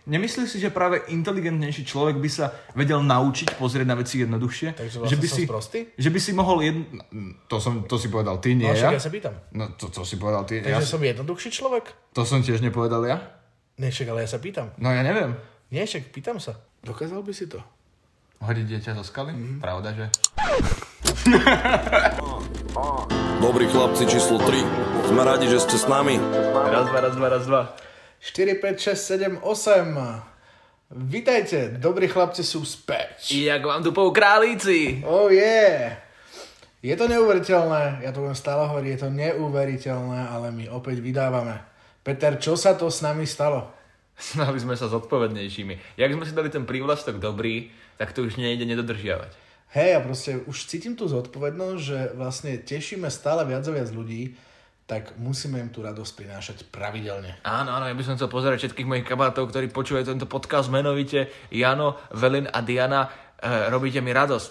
Nemyslíš si, že práve inteligentnejší človek by sa vedel naučiť pozrieť na veci jednoduchšie? Takže že vlastne by som si, sprostý? Že by si mohol... Jedn... To, som, to si povedal ty, nie No však ja. ja sa pýtam. No to, to si povedal ty, ja. Takže som jednoduchší človek? To som tiež nepovedal ja. Nie, však, ale ja sa pýtam. No ja neviem. Nie, však pýtam sa. Dokázal by si to? Hodiť dieťa zo skaly? Mhm. Mm-hmm. Pravda, že? Dobrí chlapci číslo 3. Sme radi, že ste s nami. Raz, dva, raz, dva, raz, dva. 4, 5, 6, 7, 8. Vítajte, dobrí chlapci sú späť. Jak vám tu po králíci? Oh yeah. Je to neuveriteľné, ja to budem stále hovoriť, je to neuveriteľné, ale my opäť vydávame. Peter, čo sa to s nami stalo? Stali sme sa zodpovednejšími. Jak sme si dali ten prívlastok dobrý, tak to už nejde nedodržiavať. Hej, ja proste už cítim tú zodpovednosť, že vlastne tešíme stále viac a viac ľudí, tak musíme im tú radosť prinášať pravidelne. Áno, áno, ja by som chcel pozerať všetkých mojich kamarátov, ktorí počúvajú tento podcast menovite Jano, Velin a Diana. E, robíte mi radosť.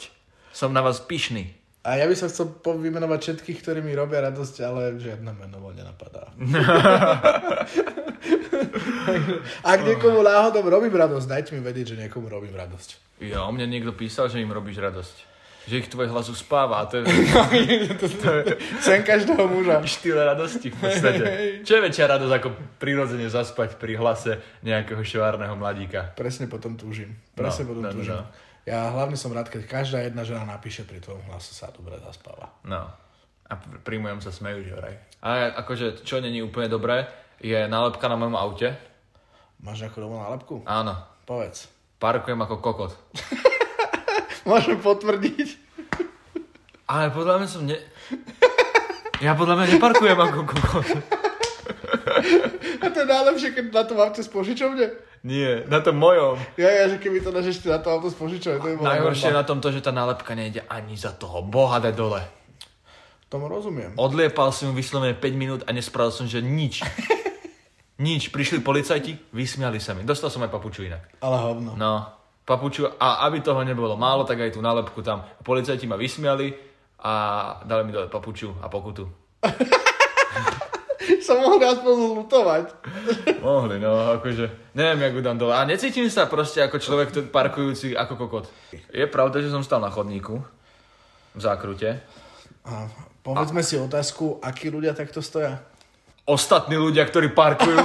Som na vás pyšný. A ja by som chcel povymenovať všetkých, ktorí mi robia radosť, ale žiadne meno ma nenapadá. Ak niekomu náhodou robím radosť, dajte mi vedieť, že niekomu robím radosť. Jo, mne niekto písal, že im robíš radosť. Že ich tvoj hlas uspáva a to je Sen každého muža. štýle radosti v podstate. Čo je väčšia radosť ako prirodzene zaspať pri hlase nejakého švárneho mladíka? Presne potom túžim. No, Presne potom no, no, túžim. no. Ja hlavne som rád, keď každá jedna žena napíše pri tvojom hlasu sa dobre zaspáva. No. A pr- pri mojom sa smejú, že vraj. A akože, čo není úplne dobré, je nálepka na mojom aute. Máš nejakú doma nálepku? Áno. Povedz. Parkujem ako kokot. Môžem potvrdiť. Ale podľa mňa som ne... Ja podľa mňa neparkujem ako kokot. A to je najlepšie, keď na tom aute z požičovne. Nie, na tom mojom. Ja, ja, že keby to naš ešte na to auto z požičovne, to je bola Najhoršie je bomba. na tom to, že tá nálepka nejde ani za toho boha daj dole. Tomu rozumiem. Odliepal som ju vyslovene 5 minút a nespravil som, že nič. Nič. Prišli policajti, vysmiali sa mi. Dostal som aj papuču inak. Ale hovno. No, papuču, a aby toho nebolo málo, tak aj tú nálepku tam. Policajti ma vysmiali a dali mi dole papuču a pokutu. Som mohol aspoň zlutovať. Mohli, no, akože, neviem, jak ju dám dole. A necítim sa proste ako človek ktorý- parkujúci ako kokot. Je pravda, že som stal na chodníku v zákrute. A povedzme si otázku, akí ľudia takto stoja. Ostatní ľudia, ktorí parkujú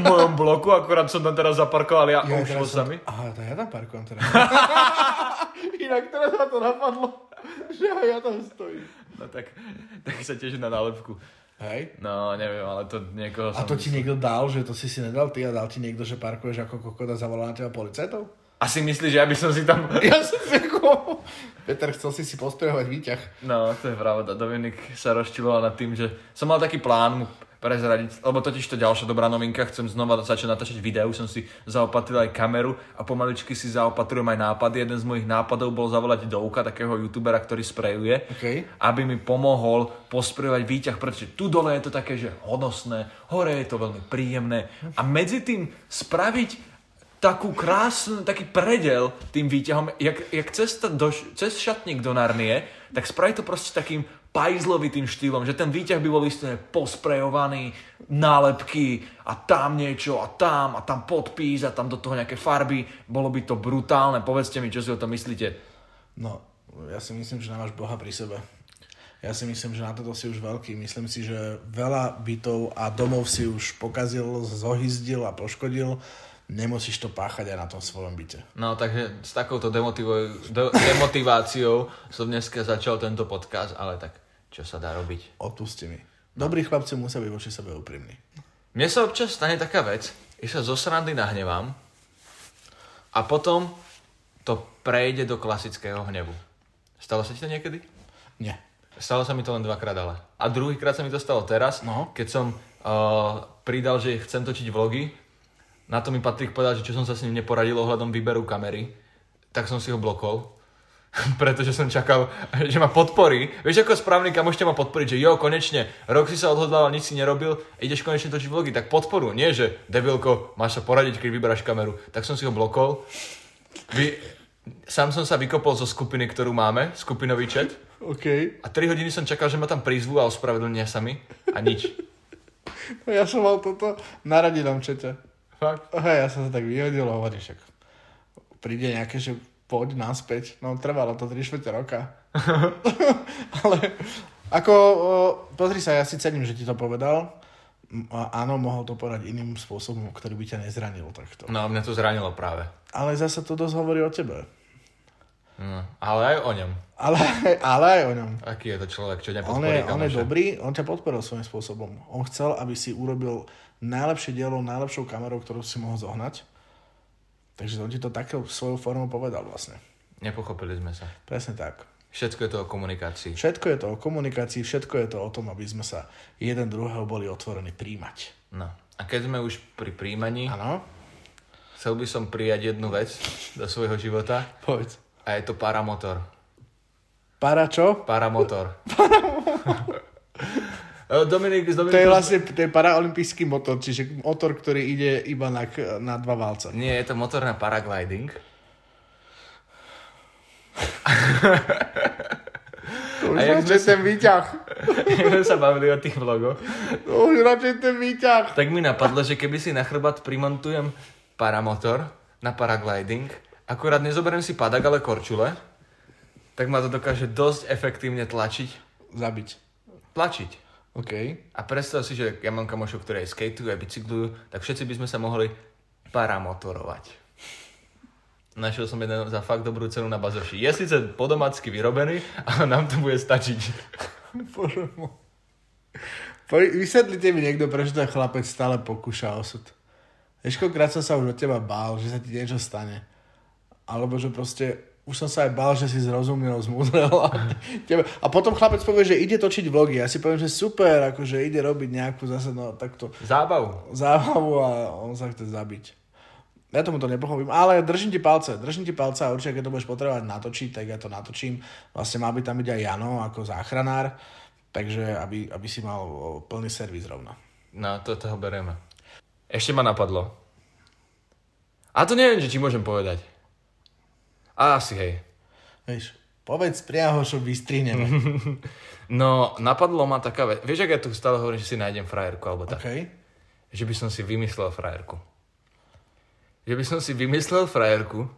v mojom bloku, akorát som tam teraz zaparkoval ja, ja už teraz sa mi. Aha, to ja tam parkujem teraz. Inak teraz ma to napadlo, že aj ja tam stojím. No tak, tak sa tiež na nálepku. Hej. No, neviem, ale to niekoho A som... to ti niekto dal, že to si si nedal ty a dal ti niekto, že parkuješ ako kokot a zavolal na teba policajtov? Asi myslíš, že ja by som si tam Ja som si ako... Peter, chcel si si pospiehovať výťah. No, to je pravda. Dominik sa rozčiloval nad tým, že som mal taký plán mu prezradiť, lebo totiž to ďalšia dobrá novinka, chcem znova začať natáčať videu, som si zaopatril aj kameru a pomaličky si zaopatrujem aj nápady. Jeden z mojich nápadov bol zavolať Douka, takého youtubera, ktorý sprejuje, Okej. aby mi pomohol posprejovať výťah, pretože tu dole je to také, že hodnostné, hore je to veľmi príjemné a medzi tým spraviť takú krásnu, taký predel tým výťahom, jak, jak cesta do, š- cez šatník do Narnie, tak spraví to proste takým pajzlovitým štýlom, že ten výťah by bol isté posprejovaný, nálepky a tam niečo a tam a tam podpís a tam do toho nejaké farby. Bolo by to brutálne. Povedzte mi, čo si o tom myslíte. No, ja si myslím, že nemáš Boha pri sebe. Ja si myslím, že na toto si už veľký. Myslím si, že veľa bytov a domov si už pokazil, zohyzdil a poškodil. Nemusíš to páchať aj na tom svojom byte. No takže s takouto demotiváciou som dneska začal tento podcast, ale tak čo sa dá robiť? Odpusti mi. Dobrí chlapci musia byť voči sebe úprimní. Mne sa občas stane taká vec, že sa zo srandy nahnevám a potom to prejde do klasického hnevu. Stalo sa ti to niekedy? Nie. Stalo sa mi to len dvakrát ale. A druhýkrát sa mi to stalo teraz, No. keď som uh, pridal, že chcem točiť vlogy. Na to mi Patrik povedal, že čo som sa s ním neporadil ohľadom výberu kamery, tak som si ho blokol. Pretože som čakal, že ma podporí. Vieš, ako správny kamoš ťa ma podporiť, že jo, konečne, rok si sa odhodlal a nič si nerobil, ideš konečne točiť vlogy, tak podporu. Nie, že debilko, máš sa poradiť, keď vyberáš kameru. Tak som si ho blokol. Vy... Sám som sa vykopol zo skupiny, ktorú máme, skupinový chat. OK. A 3 hodiny som čakal, že ma tam prizvú a ospravedlnia sa mi. A nič. Ja som mal toto na radinom čete. Fakt. Hej, ja som sa tak vyhodil a hovorím, však príde nejaké, že poď naspäť. No trvalo to 3 čtvrte roka. Ale ako, o, pozri sa, ja si cením, že ti to povedal. M- A áno, mohol to povedať iným spôsobom, ktorý by ťa nezranil takto. No a mňa to zranilo práve. Ale zase to dosť hovorí o tebe. Hm. No, ale aj o ňom. Ale, ale aj o ňom. Aký je to človek, čo On je, nepodporí on je kamoša? dobrý, on ťa podporil svojím spôsobom. On chcel, aby si urobil najlepšie dielo, najlepšou kamerou, ktorú si mohol zohnať. Takže on ti to takou svojou formou povedal vlastne. Nepochopili sme sa. Presne tak. Všetko je to o komunikácii. Všetko je to o komunikácii, všetko je to o tom, aby sme sa jeden druhého boli otvorení príjmať. No. A keď sme už pri príjmaní, Áno? chcel by som prijať jednu vec do svojho života Povedz. a je to paramotor. Para čo? Paramotor. E, Dominik z To je Dominikom... vlastne to je paraolimpijský motor, čiže motor, ktorý ide iba na, k- na dva válce. Nie, je to motor na paragliding. Už jak radšej ten výťah. Jak sme sa bavili o tých vlogoch. Už radšej ten výťah. Tak mi napadlo, že keby si na chrbát primontujem paramotor na paragliding, akurát nezoberiem si padak, ale korčule, tak ma to dokáže dosť efektívne tlačiť. Zabiť. Tlačiť. OK. A predstav si, že ja mám kamošov, ktoré aj skateujú, aj bicyklujú, tak všetci by sme sa mohli paramotorovať. Našiel som jeden za fakt dobrú cenu na bazoši. Je síce podomacky vyrobený, ale nám to bude stačiť. Bože môj. Po- Vysvetlite mi niekto, prečo ten chlapec stále pokúša osud. Vieš, koľkokrát som sa už od teba bál, že sa ti niečo stane. Alebo že proste už som sa aj bál, že si zrozumel, zmúdrel. A, tebe. a potom chlapec povie, že ide točiť vlogy. Ja si poviem, že super, akože ide robiť nejakú zase no, takto Zábavu. zábavu a on sa chce zabiť. Ja tomu to nepochopím, ale držím ti palce, držím ti palce a určite, keď to budeš potrebovať natočiť, tak ja to natočím. Vlastne mal by tam byť aj Jano ako záchranár, takže aby, aby si mal o, plný servis rovno. No, to toho bereme. Ešte ma napadlo. A to neviem, že či môžem povedať. A asi hej. Vieš, povedz priamo, čo vystrihneme. No, napadlo ma taká vec. Vieš, ak ja tu stále hovorím, že si nájdem frajerku alebo tak. OK? Že by som si vymyslel frajerku. Že by som si vymyslel frajerku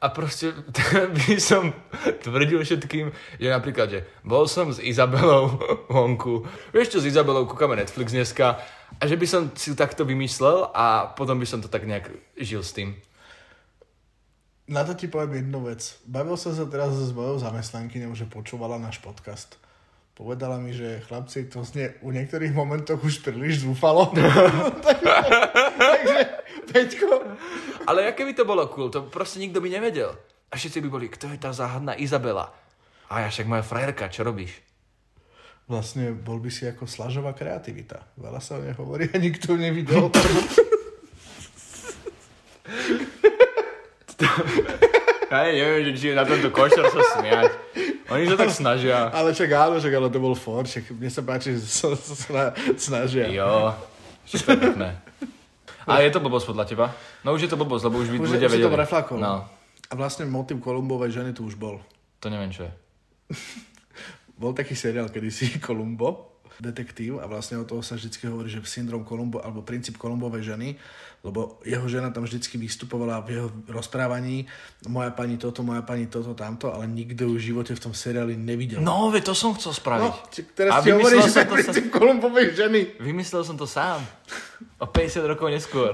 a proste by som tvrdil všetkým, že napríklad, že bol som s Izabelou vonku. Vieš čo, s Izabelou kúkame Netflix dneska a že by som si takto vymyslel a potom by som to tak nejak žil s tým. Na to ti poviem jednu vec. Bavil som sa teraz s mojou zamestnankyňou, že počúvala náš podcast. Povedala mi, že chlapci, to znie u niektorých momentoch už príliš zúfalo. takže, takže, Peťko, Ale aké by to bolo cool, to proste nikto by nevedel. A všetci by boli, kto je tá záhadná Izabela? A ja však moja frajerka, čo robíš? Vlastne bol by si ako slažová kreativita. Veľa sa o nej hovorí a nikto nevidel. Ja neviem, že či je na tomto košer sa smiať. Oni sa tak snažia. ale však áno, však ale to bol for, však mne sa páči, že sa, sa sna- snažia. Jo, všetko je pekné. A je to blbosť podľa teba? No už je to blbosť, lebo už, by Už, ľudia už si to vedeli. reflakoval. No, A vlastne motiv Kolumbovej ženy tu už bol. to neviem čo je. Bol taký seriál kedysi Kolumbo, detektív a vlastne o toho sa vždy hovorí, že syndrom Kolumbo alebo princíp Kolumbovej ženy, lebo jeho žena tam vždy vystupovala v jeho rozprávaní, moja pani toto, moja pani toto, tamto, ale nikto ju v živote v tom seriáli nevidel. No, ve, to som chcel spraviť. No, či- teraz A ti vymyslel hovoríš, že som to to sa- princíp Kolumbovej ženy. Vymyslel som to sám. O 50 rokov neskôr.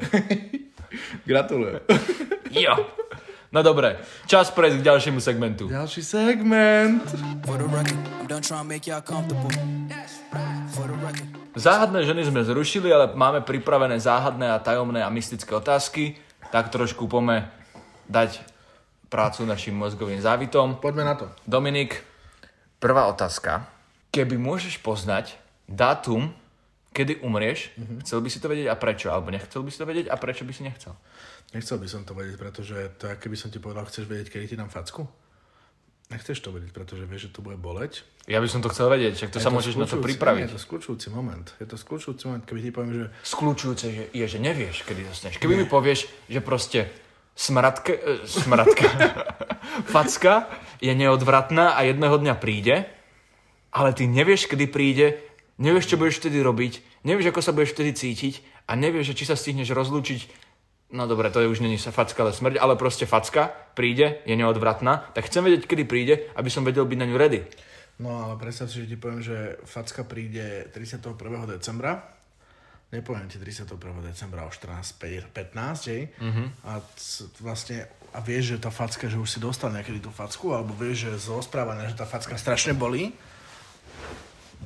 Gratulujem. Jo. No dobre, čas prejsť k ďalšiemu segmentu. Ďalší segment. For the record, I'm done trying to make y'all comfortable. For the record. Záhadné ženy sme zrušili, ale máme pripravené záhadné a tajomné a mystické otázky. Tak trošku poďme dať prácu našim mozgovým závitom. Poďme na to. Dominik, prvá otázka. Keby môžeš poznať dátum, kedy umrieš, chcel by si to vedieť a prečo? Alebo nechcel by si to vedieť a prečo by si nechcel? Nechcel by som to vedieť, pretože to je, keby som ti povedal, chceš vedieť, kedy ti dám facku? Nechceš to vedieť, pretože vieš, že to bude boleť. Ja by som to chcel vedieť, však to Je sa môžeš na skľúčujúci- to Nie, pripraviť. je to skľúčujúci moment. Je to skľúčujúci moment, keby ti poviem, že Skľúčujúce že je, že nevieš, kedy zasneš. Keby mi povieš, že proste smradka, e, smradka, facka je neodvratná a jedného dňa príde, ale ty nevieš, kedy príde, nevieš, čo budeš vtedy robiť, nevieš, ako sa budeš vtedy cítiť a nevieš, že či sa stihneš rozlúčiť No dobre, to je už není sa facka, ale smrť, ale proste facka príde, je neodvratná, tak chcem vedieť, kedy príde, aby som vedel byť na ňu ready. No ale predstav si, že ti poviem, že facka príde 31. decembra. Nepoviem ti 31. decembra o 14.15, hej? A c- vlastne a vieš, že tá facka, že už si dostal niekedy tú facku, alebo vieš, že z rozprávania, že tá facka strašne bolí,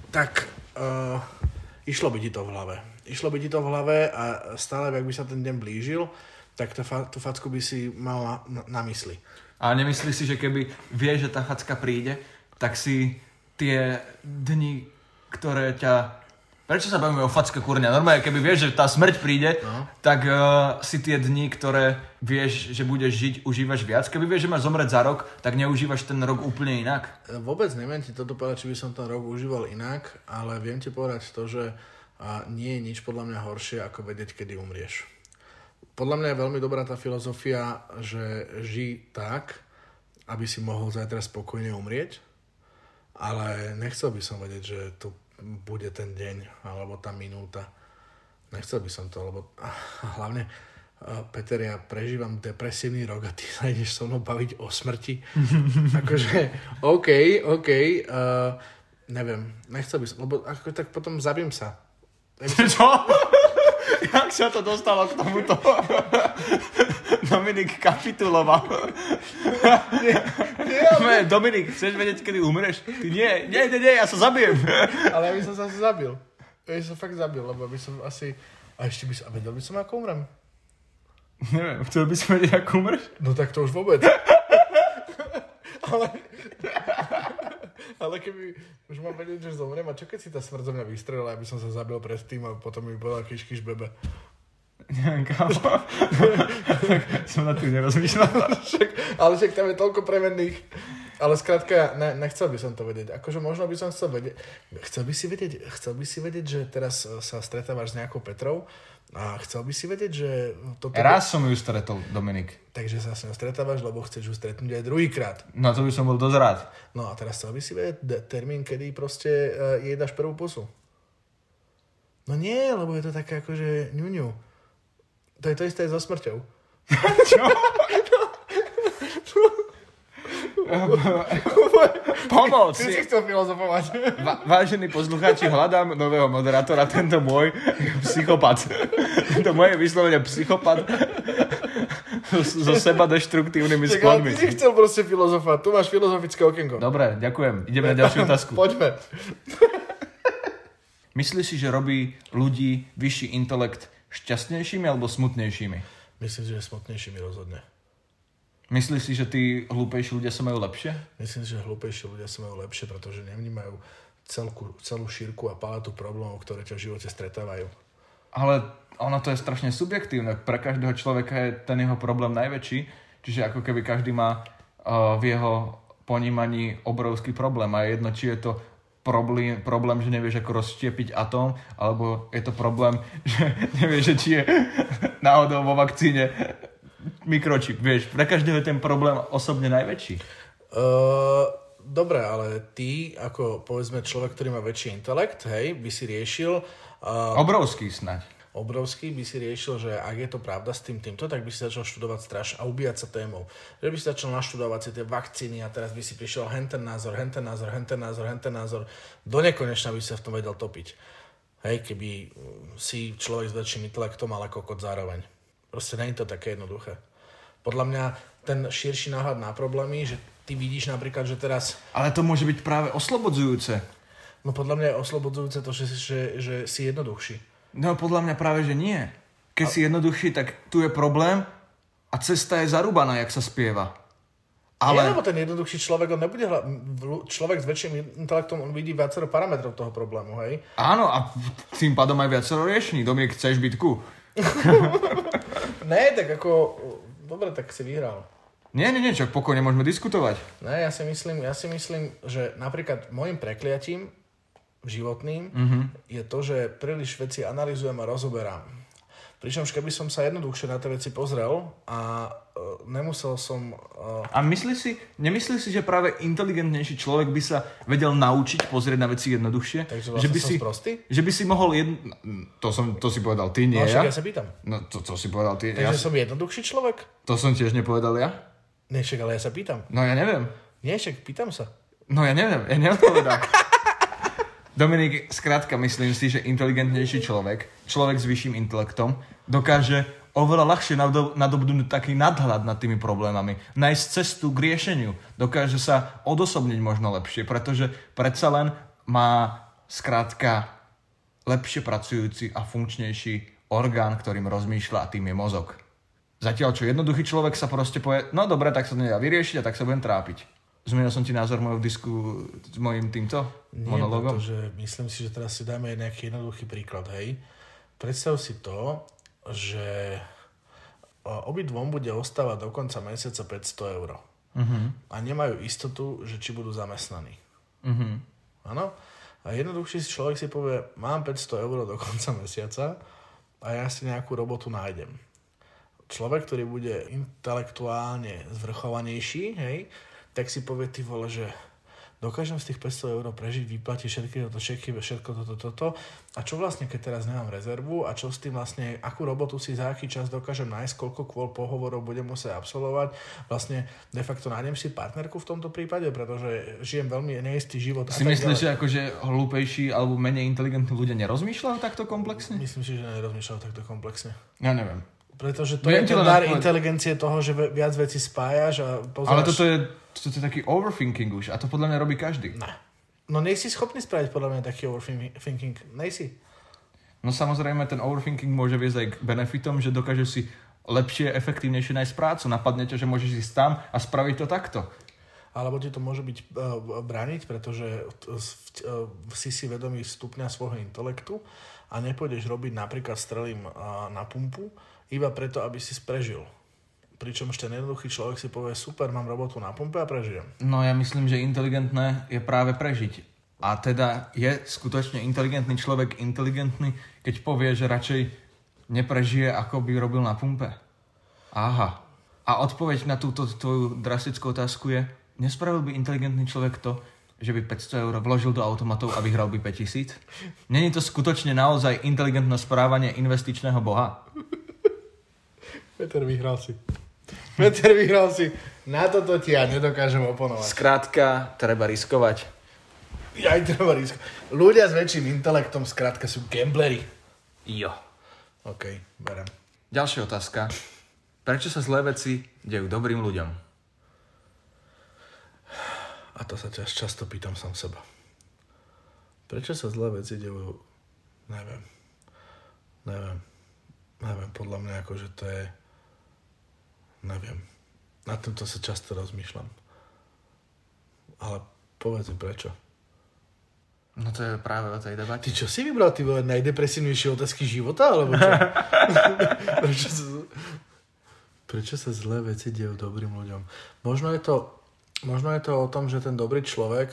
tak uh, išlo by ti to v hlave. Išlo by ti to v hlave a stále, ak by sa ten deň blížil, tak tá, fa- tú facku by si mal na, na mysli. A nemyslíš si, že keby vieš, že tá facka príde, tak si tie dni, ktoré ťa... Prečo sa bavíme o facke kurňa? Normálne, keby vieš, že tá smrť príde, no. tak uh, si tie dni, ktoré vieš, že budeš žiť, užívaš viac. Keby vieš, že máš zomrieť za rok, tak neužívaš ten rok úplne inak. Vôbec neviem ti toto povedať, či by som ten rok užíval inak, ale viem ti povedať to, že a, nie je nič podľa mňa horšie, ako vedieť, kedy umrieš. Podľa mňa je veľmi dobrá tá filozofia, že žij tak, aby si mohol zajtra spokojne umrieť, ale nechcel by som vedieť, že to bude ten deň alebo tá minúta. Nechcel by som to, lebo hlavne eh, Peter, ja prežívam depresívny rok a ty sa ideš so mnou baviť o smrti. akože, OK, OK, uh, neviem, nechcel by som, lebo ako tak potom zabím sa. Čo? Jak sa to dostalo k tomuto? Dominik kapituloval. nie, nie, Dominik, chceš vedieť, kedy umreš? Ty nie, nie, nie, nie, ja sa zabijem. Ale ja by som sa asi zabil. Ja by som fakt zabil, lebo by som asi... A ešte by som... A vedel by som, ako umrem. Neviem, chcel by som vedieť, ako umreš? No tak to už vôbec. ale... ale keby už mám vedieť, že zomrem, a čo keď si tá smrť zo mňa vystrelila, aby som sa zabil predtým a potom mi povedal kiš, kiš, bebe. Neviem, kámo. tak som na tým nerozmýšľal. Však, ale však tam je toľko premenných. Ale skrátka, ne, nechcel by som to vedieť. Akože možno by som chcel vedieť. Chcel by si vedieť, chcel by si vedieť že teraz eh, sa stretávaš s nejakou Petrou a chcel by si vedieť, že toto... Raz som ju stretol, Dominik. Takže sa s ňou stretávaš, lebo chceš ju stretnúť aj druhýkrát. No to by som bol dosť rád. No a teraz chcel by si vedieť de- termín, kedy proste eh, jej dáš prvú pusu. No nie, lebo je to také akože ňuňu. To je to isté so smrťou. Pomoc! Ty si chcel filozofovať. Va- vážení poslucháči, hľadám nového moderátora. Tento môj je psychopat. Tento môj je vyslovene psychopat so, so seba deštruktívnymi Tak ale sklonmi. ty si chcel proste filozofovať. Tu máš filozofické okienko. Dobre, ďakujem. Ideme na ďalšiu otázku. Poďme. Myslíš si, že robí ľudí vyšší intelekt šťastnejšími alebo smutnejšími? Myslím si, že smutnejšími rozhodne. Myslíš si, že tí hlúpejší ľudia sa majú lepšie? Myslím si, že hlúpejší ľudia sa majú lepšie, pretože nevnímajú celku, celú šírku a paletu problémov, ktoré ťa v živote stretávajú. Ale ono to je strašne subjektívne. Pre každého človeka je ten jeho problém najväčší. Čiže ako keby každý má uh, v jeho ponímaní obrovský problém. A je jedno, či je to problém, problém, že nevieš, ako rozštiepiť atóm, alebo je to problém, že nevieš, že či je náhodou vo vakcíne mikročip. Vieš, pre každého je ten problém osobne najväčší. Uh, dobre, ale ty, ako povedzme človek, ktorý má väčší intelekt, hej, by si riešil uh, Obrovský snaď. obrovský, by si riešil, že ak je to pravda s tým týmto, tak by si začal študovať straš a ubíjať sa témou. Že by si začal naštudovať si tie vakcíny a teraz by si prišiel henten názor, henten názor, henten názor, henten názor. Do nekonečna by si sa v tom vedel topiť. Hej, keby mm, si človek s väčším intelektom, ale kokot zároveň. Proste nie je to také jednoduché. Podľa mňa ten širší náhľad na problémy, že ty vidíš napríklad, že teraz Ale to môže byť práve oslobodzujúce. No podľa mňa je oslobodzujúce to, že, si- že, že si jednoduchší. No podľa mňa práve, že nie. Keď si jednoduchší, tak tu je problém a cesta je zarúbaná, jak sa spieva. Ale... Nie, Ale lebo ten jednoduchší človek, on nebude hľa... vl- človek s väčším intelektom, on vidí viacero parametrov toho problému, hej? áno, a tým pádom aj viacero riešení. Dominik, chceš bytku? Ne, tak ako, dobre, tak si vyhral. Nie, nie, nie, čak pokojne môžeme diskutovať. Ne, ja si myslím, ja si myslím, že napríklad môjim prekliatím Mhm. životným mm-hmm. je to, že príliš veci analizujem a rozoberám. Pričom, keby som sa jednoduchšie na tie veci pozrel a uh, nemusel som... Uh, A myslíš si, nemyslíš si, že práve inteligentnejší človek by sa vedel naučiť pozrieť na veci jednoduchšie? Takže vlastne že by som si, sprostý? že by si mohol jedn... To, som, to si povedal ty, nie no, ja. však ja sa pýtam. No to, to si povedal ty, ja. Takže som jednoduchší človek? To som tiež nepovedal ja. Nie, však, ale ja sa pýtam. No ja neviem. Nie, však pýtam sa. No ja neviem, ja neodpovedám. Dominik, skrátka myslím si, že inteligentnejší človek, človek s vyšším intelektom, dokáže oveľa ľahšie nado- nadobudnúť taký nadhľad nad tými problémami, nájsť cestu k riešeniu, dokáže sa odosobniť možno lepšie, pretože predsa len má skrátka lepšie pracujúci a funkčnejší orgán, ktorým rozmýšľa a tým je mozog. Zatiaľ, čo jednoduchý človek sa proste povie, no dobre, tak sa to nedá vyriešiť a tak sa budem trápiť. Zmenil som ti názor mojou disku s mojim týmto Nie, monologom? pretože myslím si, že teraz si dáme nejaký jednoduchý príklad, hej. Predstav si to, že o, obidvom bude ostávať do konca mesiaca 500 eur. Uh-huh. A nemajú istotu, že či budú zamestnaní. Áno? A jednoduchší si človek si povie, mám 500 eur do konca mesiaca a ja si nejakú robotu nájdem. Človek, ktorý bude intelektuálne zvrchovanejší, hej, tak si povie ty vole, že dokážem z tých 500 eur prežiť, vyplatiť všetky toto, všetky, všetko toto, toto. A čo vlastne, keď teraz nemám rezervu a čo s tým vlastne, akú robotu si za aký čas dokážem nájsť, koľko kvôl pohovorov budem musieť absolvovať. Vlastne de facto nájdem si partnerku v tomto prípade, pretože žijem veľmi neistý život. a Si tak myslíš, ďalej. že akože hlúpejší alebo menej inteligentní ľudia nerozmýšľajú takto komplexne? Myslím si, že nerozmýšľal takto komplexne. Ja neviem. Pretože to Viem ti je ten len dar odpovedať. inteligencie toho, že ve- viac veci spájaš a pozeráš. Ale toto je, toto je taký overthinking už a to podľa mňa robí každý. Ne. No nejsi schopný spraviť podľa mňa taký overthinking. Nejsi. No samozrejme, ten overthinking môže viesť aj k benefitom, že dokáže si lepšie, efektívnejšie nájsť prácu. Napadne ťa, že môžeš ísť tam a spraviť to takto. Alebo ti to môže byť uh, braniť, pretože t- s- v- eh, si si vedomý stupňa svojho intelektu a nepôjdeš robiť napríklad strelím eh, na pumpu iba preto, aby si prežil. Pričom ešte jednoduchý človek si povie, super, mám robotu na pumpe a prežijem. No ja myslím, že inteligentné je práve prežiť. A teda je skutočne inteligentný človek inteligentný, keď povie, že radšej neprežije, ako by robil na pumpe. Aha. A odpoveď na túto tvoju drastickú otázku je, nespravil by inteligentný človek to, že by 500 eur vložil do automatov a vyhral by 5000? Není to skutočne naozaj inteligentné správanie investičného boha? Peter, vyhral si. Peter, vyhral si. Na toto ti ja nedokážem oponovať. Skrátka, treba riskovať. Aj treba risk. Ľudia s väčším intelektom skrátka sú gamblery. Jo. OK, berem. Ďalšia otázka. Prečo sa zlé veci dejú dobrým ľuďom? A to sa ťaž často pýtam sám seba. Prečo sa zlé veci dejú? Neviem. Neviem. Neviem, podľa mňa akože to je... Neviem. Na tomto sa často rozmýšľam. Ale povedz mi prečo. No to je práve o tej debate. Ty čo si vybral, ty vole, najdepresívnejšie otázky života, alebo čo? prečo, sa, prečo sa zlé veci dejú dobrým ľuďom? Možno je to, možno je to o tom, že ten dobrý človek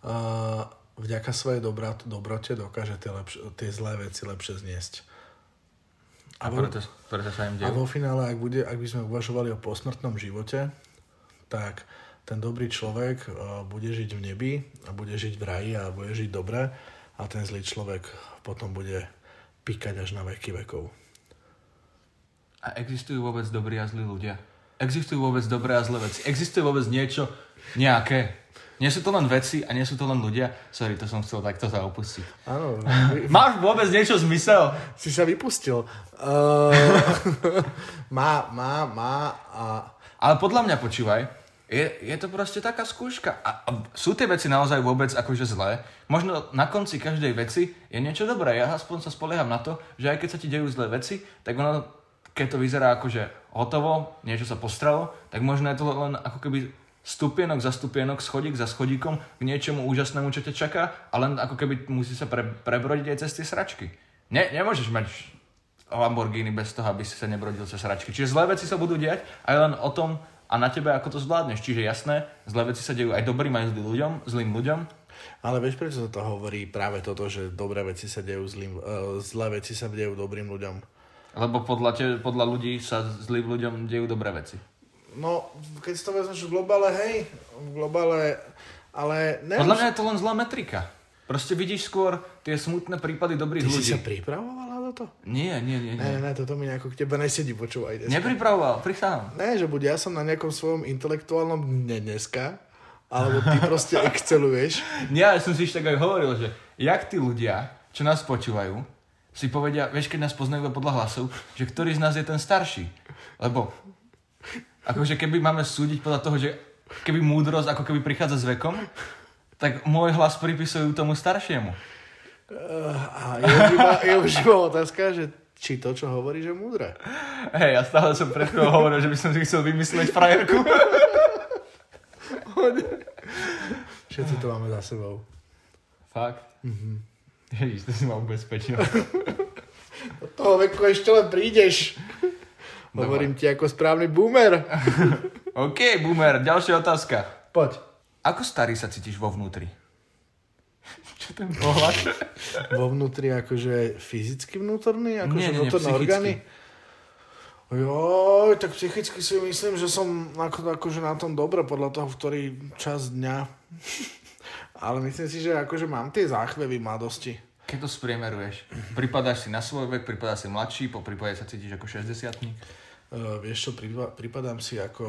uh, vďaka svojej dobrat, dobrote dokáže tie, lepš- tie zlé veci lepšie zniesť. A, vo- Preto, preto sa im a dejú. vo finále, ak, bude, ak by sme uvažovali o posmrtnom živote, tak ten dobrý človek eh, bude žiť v nebi a bude žiť v raji a bude žiť dobre a ten zlý človek potom bude píkať až na veky vekov. A existujú vôbec dobrí a zlí ľudia? Existujú vôbec dobré a zlé veci? Existuje vôbec niečo nejaké? Nie sú to len veci a nie sú to len ľudia? Sorry, to som chcel takto sa opustiť. Áno, Máš vôbec niečo zmysel? si sa vypustil. Eh, má, má, má a Ale podľa mňa, počúvaj, je, je to proste taká skúška. A, a sú tie veci naozaj vôbec akože zlé? Možno na konci každej veci je niečo dobré. Ja aspoň sa spolieham na to, že aj keď sa ti dejú zlé veci, tak ono, keď to vyzerá akože hotovo, niečo sa postralo, tak možno je to len ako keby stupienok za stupienok, schodík za schodíkom k niečomu úžasnému, čo ťa čaká, ale len ako keby musí sa pre, prebrodiť aj cez tie sračky. Ne, nemôžeš mať Lamborghini bez toho, aby si sa nebrodil cez sračky. Čiže zlé veci sa budú diať aj len o tom a na tebe, ako to zvládneš. Čiže jasné, zlé veci sa dejú aj dobrým, aj zlým ľuďom, zlým ľuďom. ale vieš, prečo e, sa to hovorí práve toto, že dobré veci sa dejú zlým, eh, zlé veci sa dejú dobrým ľuďom? Lebo podľa, te, podľa ľudí sa zlým ľuďom dejú dobré veci. No, keď si to vezmeš v globále, hej, v globále, ale neviem, Podľa mňa je to len zlá metrika. Proste vidíš skôr tie smutné prípady dobrých Ty si ľudí. sa pripravovala na to? Nie, nie, nie, nie. Ne, ne, toto mi nejako k tebe nesedí, počúvaj. dneska. Nepripravoval, prichám. Ne, že buď ja som na nejakom svojom intelektuálnom dne dneska, alebo ty proste exceluješ. Ja som si ešte tak aj hovoril, že jak tí ľudia, čo nás počúvajú, si povedia, vieš, keď nás poznajú iba podľa hlasov, že ktorý z nás je ten starší. Lebo akože keby máme súdiť podľa toho, že keby múdrosť ako keby prichádza s vekom, tak môj hlas pripisujú tomu staršiemu. Eh, A je už iba, je už iba otázka, že či to, čo hovoríš, je múdre. Hej, ja stále som pred chvíľou hovoril, že by som si chcel vymyslieť frajerku. Všetci to máme za sebou. Fakt? Mm-hmm. Ježiš, to si ma ubezpečil. Od toho veku ešte len prídeš. Hovorím ti ako správny boomer. OK, boomer, ďalšia otázka. Poď. Ako starý sa cítiš vo vnútri? Čo ten pohľad? Vo vnútri akože fyzicky vnútorný? Akože Nie, nie, nie, vnútorné psychicky. orgány? Joj, tak psychicky si myslím, že som ako, akože na tom dobre podľa toho, v ktorý čas dňa. Ale myslím si, že akože mám tie záchvevy mladosti. E, Keď to spriemeruješ, pripadáš si na svoj vek, pripadáš si mladší, po prípade sa cítiš ako 60 Uh, vieš čo, pripa- pripadám si ako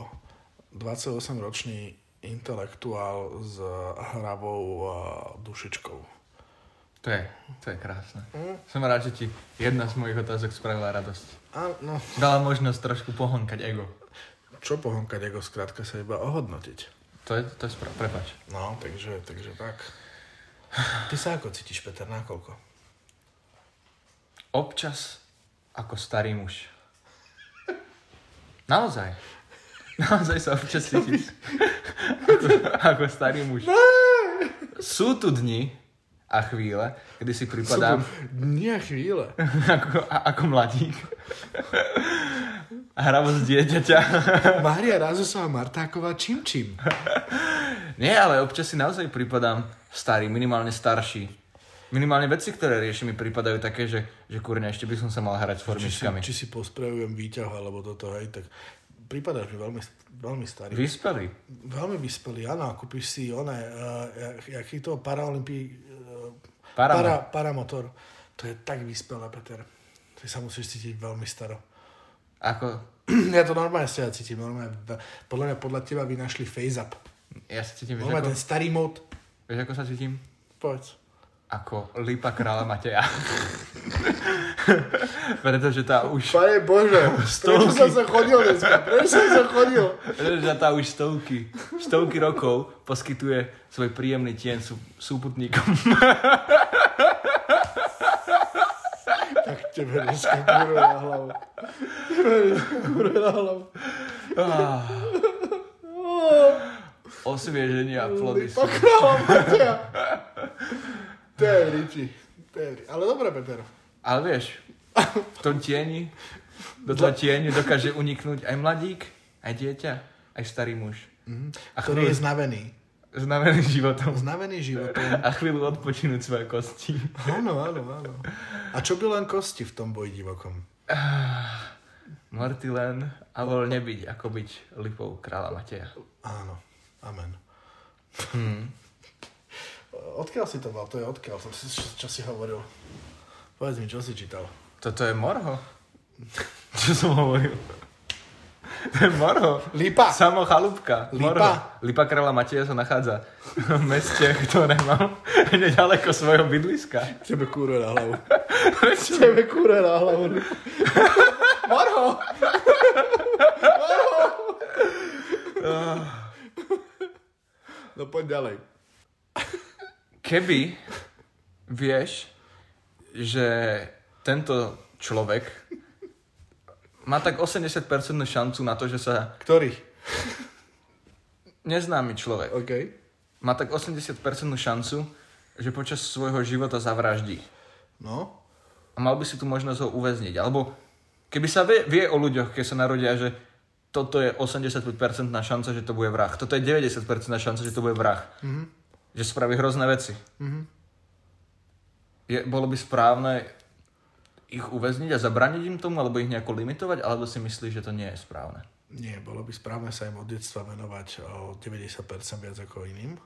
uh, 28-ročný intelektuál s hravou uh, dušičkou. To je, to je krásne. Som rád, že ti jedna z mojich otázok spravila radosť. A no, Dala možnosť trošku pohonkať ego. čo pohonkať, ako skrátka sa iba ohodnotiť. To je, to je spra- prepač. No, takže, takže tak. Ty sa ako cítiš, Peter, nakoľko? Občas ako starý muž. Naozaj. Naozaj sa občas cítim ako, ako starý muž. Sú tu dni a chvíle, kedy si pripadám Dni a chvíle. ako, a- ako mladík. Hravosť dieťaťa. Mária Razusová Martáková čím čím. Nie, ale občas si naozaj pripadám starý, minimálne starší. Minimálne veci, ktoré riešim, mi pripadajú také, že, že kurňa, ešte by som sa mal hrať s Či si, formičkami. či si pospravujem výťah alebo toto, hej, tak pripadáš mi veľmi, veľmi starý. Vyspelý. Veľmi vyspelý, áno, a kúpiš si oné, uh, jak, jaký to paraolimpí... Uh, Paramo. Para, paramotor. To je tak vyspelé, Peter. Ty sa musíš cítiť veľmi staro. Ako, ja to normálne sa ja cítim, normálne. ve- Podľa mňa podľa teba vynašli face-up. ja sa cítim, vieš Normálne ako, ten starý mód. vieš ako sa cítim? Povedz. Ako lípa kráľa Mateja. Pretože tá už, Pane Bože, prečo som sa chodil dneska? Prečo som sa chodil? pretože tá už stovky, stovky rokov poskytuje svoj príjemný tieň sú, súputníkom. Tak tebe dneska kurve na hlavu. Tebe dneska kurve na hlavu. Osvieženie a plody sú. Pokrala Matia. To je riči. To je riči. Ale dobre, Peter. Ale vieš, v tom tieni, do toho tieňu dokáže uniknúť aj mladík, aj dieťa, aj starý muž. A Ktorý chvíľu je znavený. znamený životom. Znavený životom. A chvíľu odpočinúť svoje kosti. Áno, áno, áno. A čo by len kosti v tom boji divokom? Mŕty len a voľne byť, ako byť lipou kráľa Mateja. Áno. Amen. Hmm. Odkiaľ si to mal? To je odkiaľ. Som si, čo, čo si hovoril? Povedz mi, čo si čítal? Toto je morho. Čo som hovoril? To je morho. Lipa. Samo chalúbka. Lipa. Morho. Lipa kráľa Mateja sa nachádza v meste, ktoré mám nedaleko svojho bydliska. Tebe kúre na hlavu. Tebe kúre na hlavu. Marho! Marho! No poď ďalej. Keby vieš, že tento človek má tak 80% šancu na to, že sa Ktorý? neznámy človek OK. má tak 80% šancu, že počas svojho života zavraždí. No. A mal by si tu možnosť ho uväzniť. Alebo keby sa vie, vie o ľuďoch, keď sa narodia, že toto je 85% šanca, že to bude vrah. Toto je 90% šanca, že to bude vrah. Mm-hmm. Že spraví hrozné veci. Mm-hmm. Je, bolo by správne ich uväzniť a zabraniť im tomu, alebo ich nejako limitovať, alebo si myslíš, že to nie je správne? Nie, bolo by správne sa im od detstva venovať o 90% viac ako iným.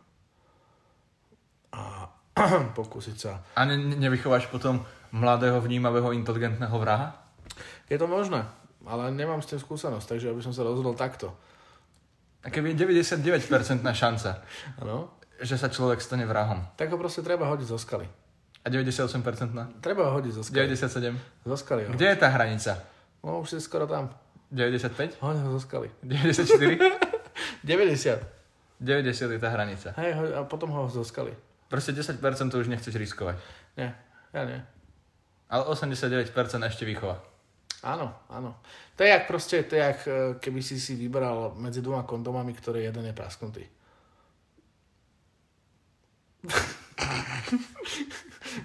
A pokúsiť sa. A ne- ne- nevychováš potom mladého, vnímavého, inteligentného vraha? Je to možné, ale nemám s tým skúsenosť, takže aby som sa rozhodol takto. A keby je 99% šanca, Áno? že sa človek stane vrahom. Tak ho proste treba hodiť zo skaly. A 98%? Treba ho hodiť zo skaly. 97? Zo skaly ho. Kde je tá hranica? No už si skoro tam. 95? Hoď ho zo skaly. 94? 90. 90 je tá hranica. Hej, ho, a potom ho zo skaly. Proste 10% to už nechceš riskovať. Nie, ja nie. Ale 89% ešte vychová. Áno, áno. To je jak proste, to je jak e, keby si si vybral medzi dvoma kondomami, ktoré jeden je prasknutý.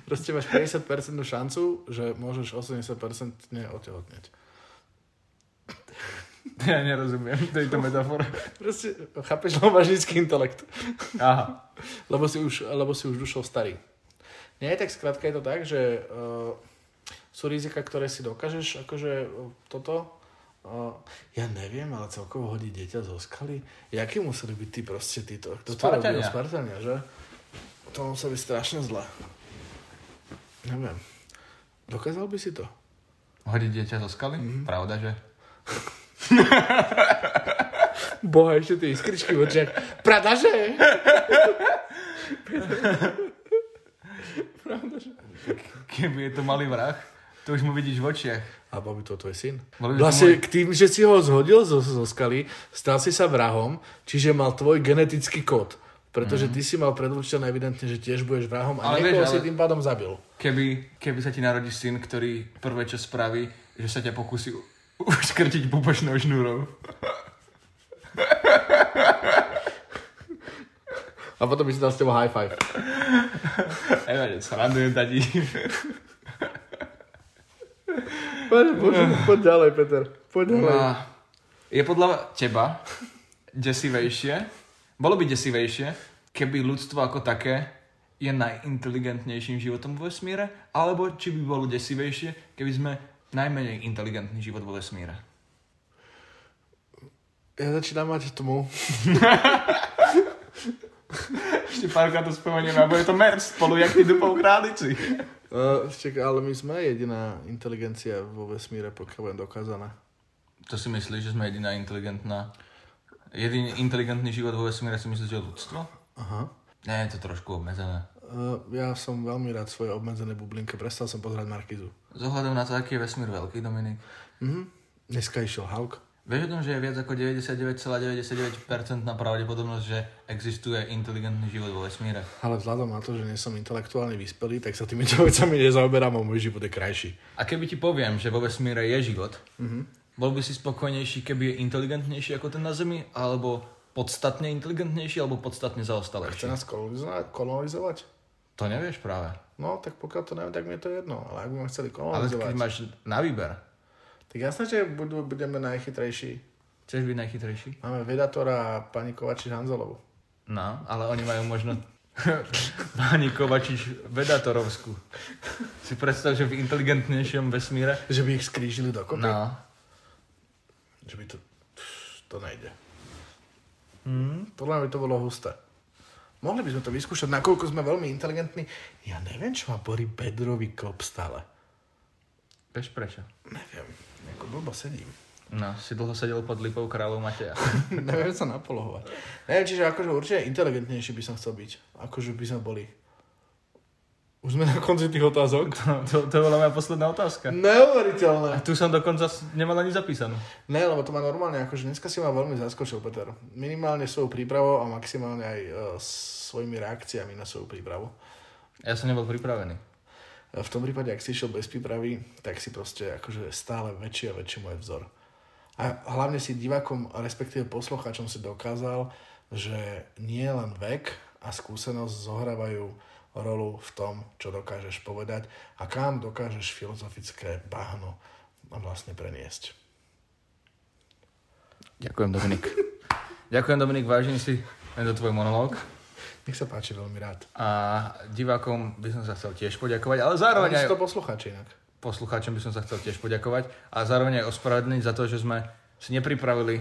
proste máš 50% šancu, že môžeš 80% neotehotneť. Ja nerozumiem tejto metafore. Proste, chápeš, lebo máš nízky intelekt. Aha. Lebo si už, lebo si už dušou starý. Nie, tak skrátka je to tak, že uh, sú rizika, ktoré si dokážeš, akože uh, toto, uh, ja neviem, ale celkovo hodiť dieťa zo skaly, jaký museli byť tí proste títo, kto to robil, Spartania. Spartania, že? To muselo byť strašne zle. Neviem. Dokázal by si to? Hodiť dieťa zo skaly? Pravda, že? Boha, ešte tie iskričky v očiach. Pradaže! Keby je to malý vrah, to už mu vidíš v očiach. A bol by to tvoj syn? Bol by to Vlastne k tým, že si ho zhodil zo, zo skaly, stal si sa vrahom, čiže mal tvoj genetický kód. Pretože ty si mal predurčené evidentne, že tiež budeš vrahom a Ale Mhm. ale niekoho vieš, si ale- tým pádom zabil. Keby, keby sa ti narodí syn, ktorý prvé čo spraví, že sa ťa pokusí u- uškrtiť bubočnou šnúrou. A potom by si dal s tebou high five. Evadec, srandujem tati. Bože, poď ďalej, Peter. Poď ďalej. No, je podľa teba desivejšie, bolo by desivejšie, keby ľudstvo ako také je najinteligentnejším životom vo vesmíre, alebo či by bolo desivejšie, keby sme najmenej inteligentný život vo vesmíre. Ja začínam mať tmu. Ešte párkrát to spomeniem, a bude to merc spolu, jak ty dupou králici. Uh, ale my sme jediná inteligencia vo vesmíre, pokiaľ budem dokázaná. To si myslíš, že sme jediná inteligentná... Jediný inteligentný život vo vesmíre si myslíš, že je ľudstvo? Aha. Ne, je to trošku obmedzené. Uh, ja som veľmi rád svoje obmedzené bublinke. Prestal som pozerať Markizu. Zohľadom na to, aký je vesmír veľký, Dominik. Mhm. Dneska išiel Hulk. Vieš o tom, že je viac ako 99,99% na pravdepodobnosť, že existuje inteligentný život vo vesmíre? Ale vzhľadom na to, že nie som intelektuálne vyspelý, tak sa týmito vecami nezaoberám a môj život je krajší. A keby ti poviem, že vo vesmíre je život, Mhm. bol by si spokojnejší, keby je inteligentnejší ako ten na Zemi, alebo podstatne inteligentnejší, alebo podstatne Chce zaostalejší? nás kolonizo- kolonizovať? To nevieš práve. No, tak pokiaľ to neviem, tak mi je to jedno. Ale ak by ma Ale chceli keď kolonizovať, ma... máš na výber, tak jasné, že budú, budeme najchytrejší. chceš byť najchytrejší? Máme vedatora a pani Kovači Hanzelovu. No, ale oni majú možno Pani Kovačič Vedatorovskú. Si predstav, že v inteligentnejšom vesmíre... Že by ich skrížili dokopy? No, Že by to... Pff, To nejde. Mm. Podľa mňa by to bolo husté. Mohli by sme to vyskúšať, nakoľko sme veľmi inteligentní. Ja neviem, čo má Bori Bedrový klop stále. vieš prečo? Neviem, ako blbo sedím. No, si dlho sedel pod lipou kráľov Mateja. Neviem sa napolohovať. Neviem, čiže akože určite inteligentnejší by som chcel byť. Akože by sme boli. Už sme na konci tých otázok. No, to, to bola moja posledná otázka. Neuveriteľné. Tu som dokonca s- nemal ani zapísanú. Ne, lebo to ma normálne, akože dneska si ma veľmi zaskočil, Peter. Minimálne svojou prípravou a maximálne aj e, svojimi reakciami na svoju prípravu. Ja som nebol pripravený. E, V tom prípade, ak si išiel bez prípravy, tak si proste akože stále väčší a väčší môj vzor. A hlavne si divákom, respektíve poslucháčom si dokázal, že nie len vek a skúsenosť zohrávajú rolu v tom, čo dokážeš povedať a kam dokážeš filozofické bahno vlastne preniesť. Ďakujem, Dominik. Ďakujem, Dominik, vážim si tento tvoj monológ. Nech sa páči, veľmi rád. A divákom by som sa chcel tiež poďakovať, ale zároveň aj Ale sú to poslucháči inak. poslucháčom by som sa chcel tiež poďakovať a zároveň aj ospravedlniť za to, že sme si nepripravili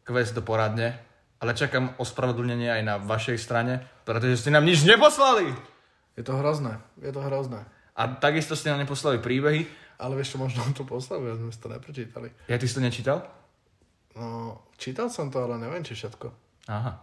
quest do poradne, ale čakám ospravedlnenie aj na vašej strane, pretože ste nám nič neposlali! Je to hrozné, je to hrozné. A takisto ste nám neposlali príbehy. Ale vieš čo, možno to poslavu, ja sme si to neprečítali. Ja ty si to nečítal? No, čítal som to, ale neviem, či všetko. Aha.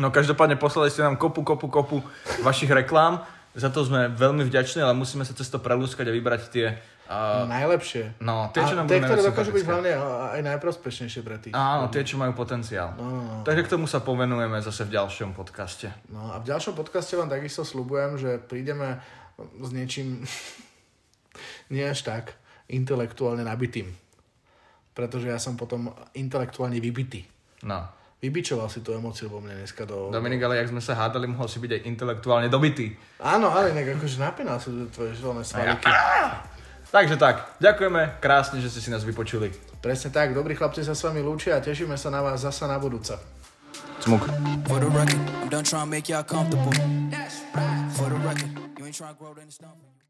No každopádne poslali ste nám kopu, kopu, kopu vašich reklám. Za to sme veľmi vďační, ale musíme sa cez to prelúskať a vybrať tie... Uh, Najlepšie. no, tie, A čo nám tie, budú ktoré najviac dokážu byť sympatické. hlavne aj najprospešnejšie pre tých. Áno, tie, čo majú potenciál. No, no, no. Takže k tomu sa povenujeme zase v ďalšom podcaste. No a v ďalšom podcaste vám takisto slubujem, že prídeme s niečím nie až tak intelektuálne nabitým. Pretože ja som potom intelektuálne vybitý. No. Vybičoval si tú emóciu vo mne dneska do... Dominik, ale jak sme sa hádali, mohol si byť aj intelektuálne dobitý. Áno, ale inak akože napínal si do tvoje žilné svaliky. Takže tak, ďakujeme, krásne, že ste si nás vypočuli. Presne tak, dobrí chlapci sa s vami lúčia a tešíme sa na vás zasa na budúce. Smuk. For the record, I'm done trying to make y'all comfortable. For the record, you ain't trying to grow, then it's not for you.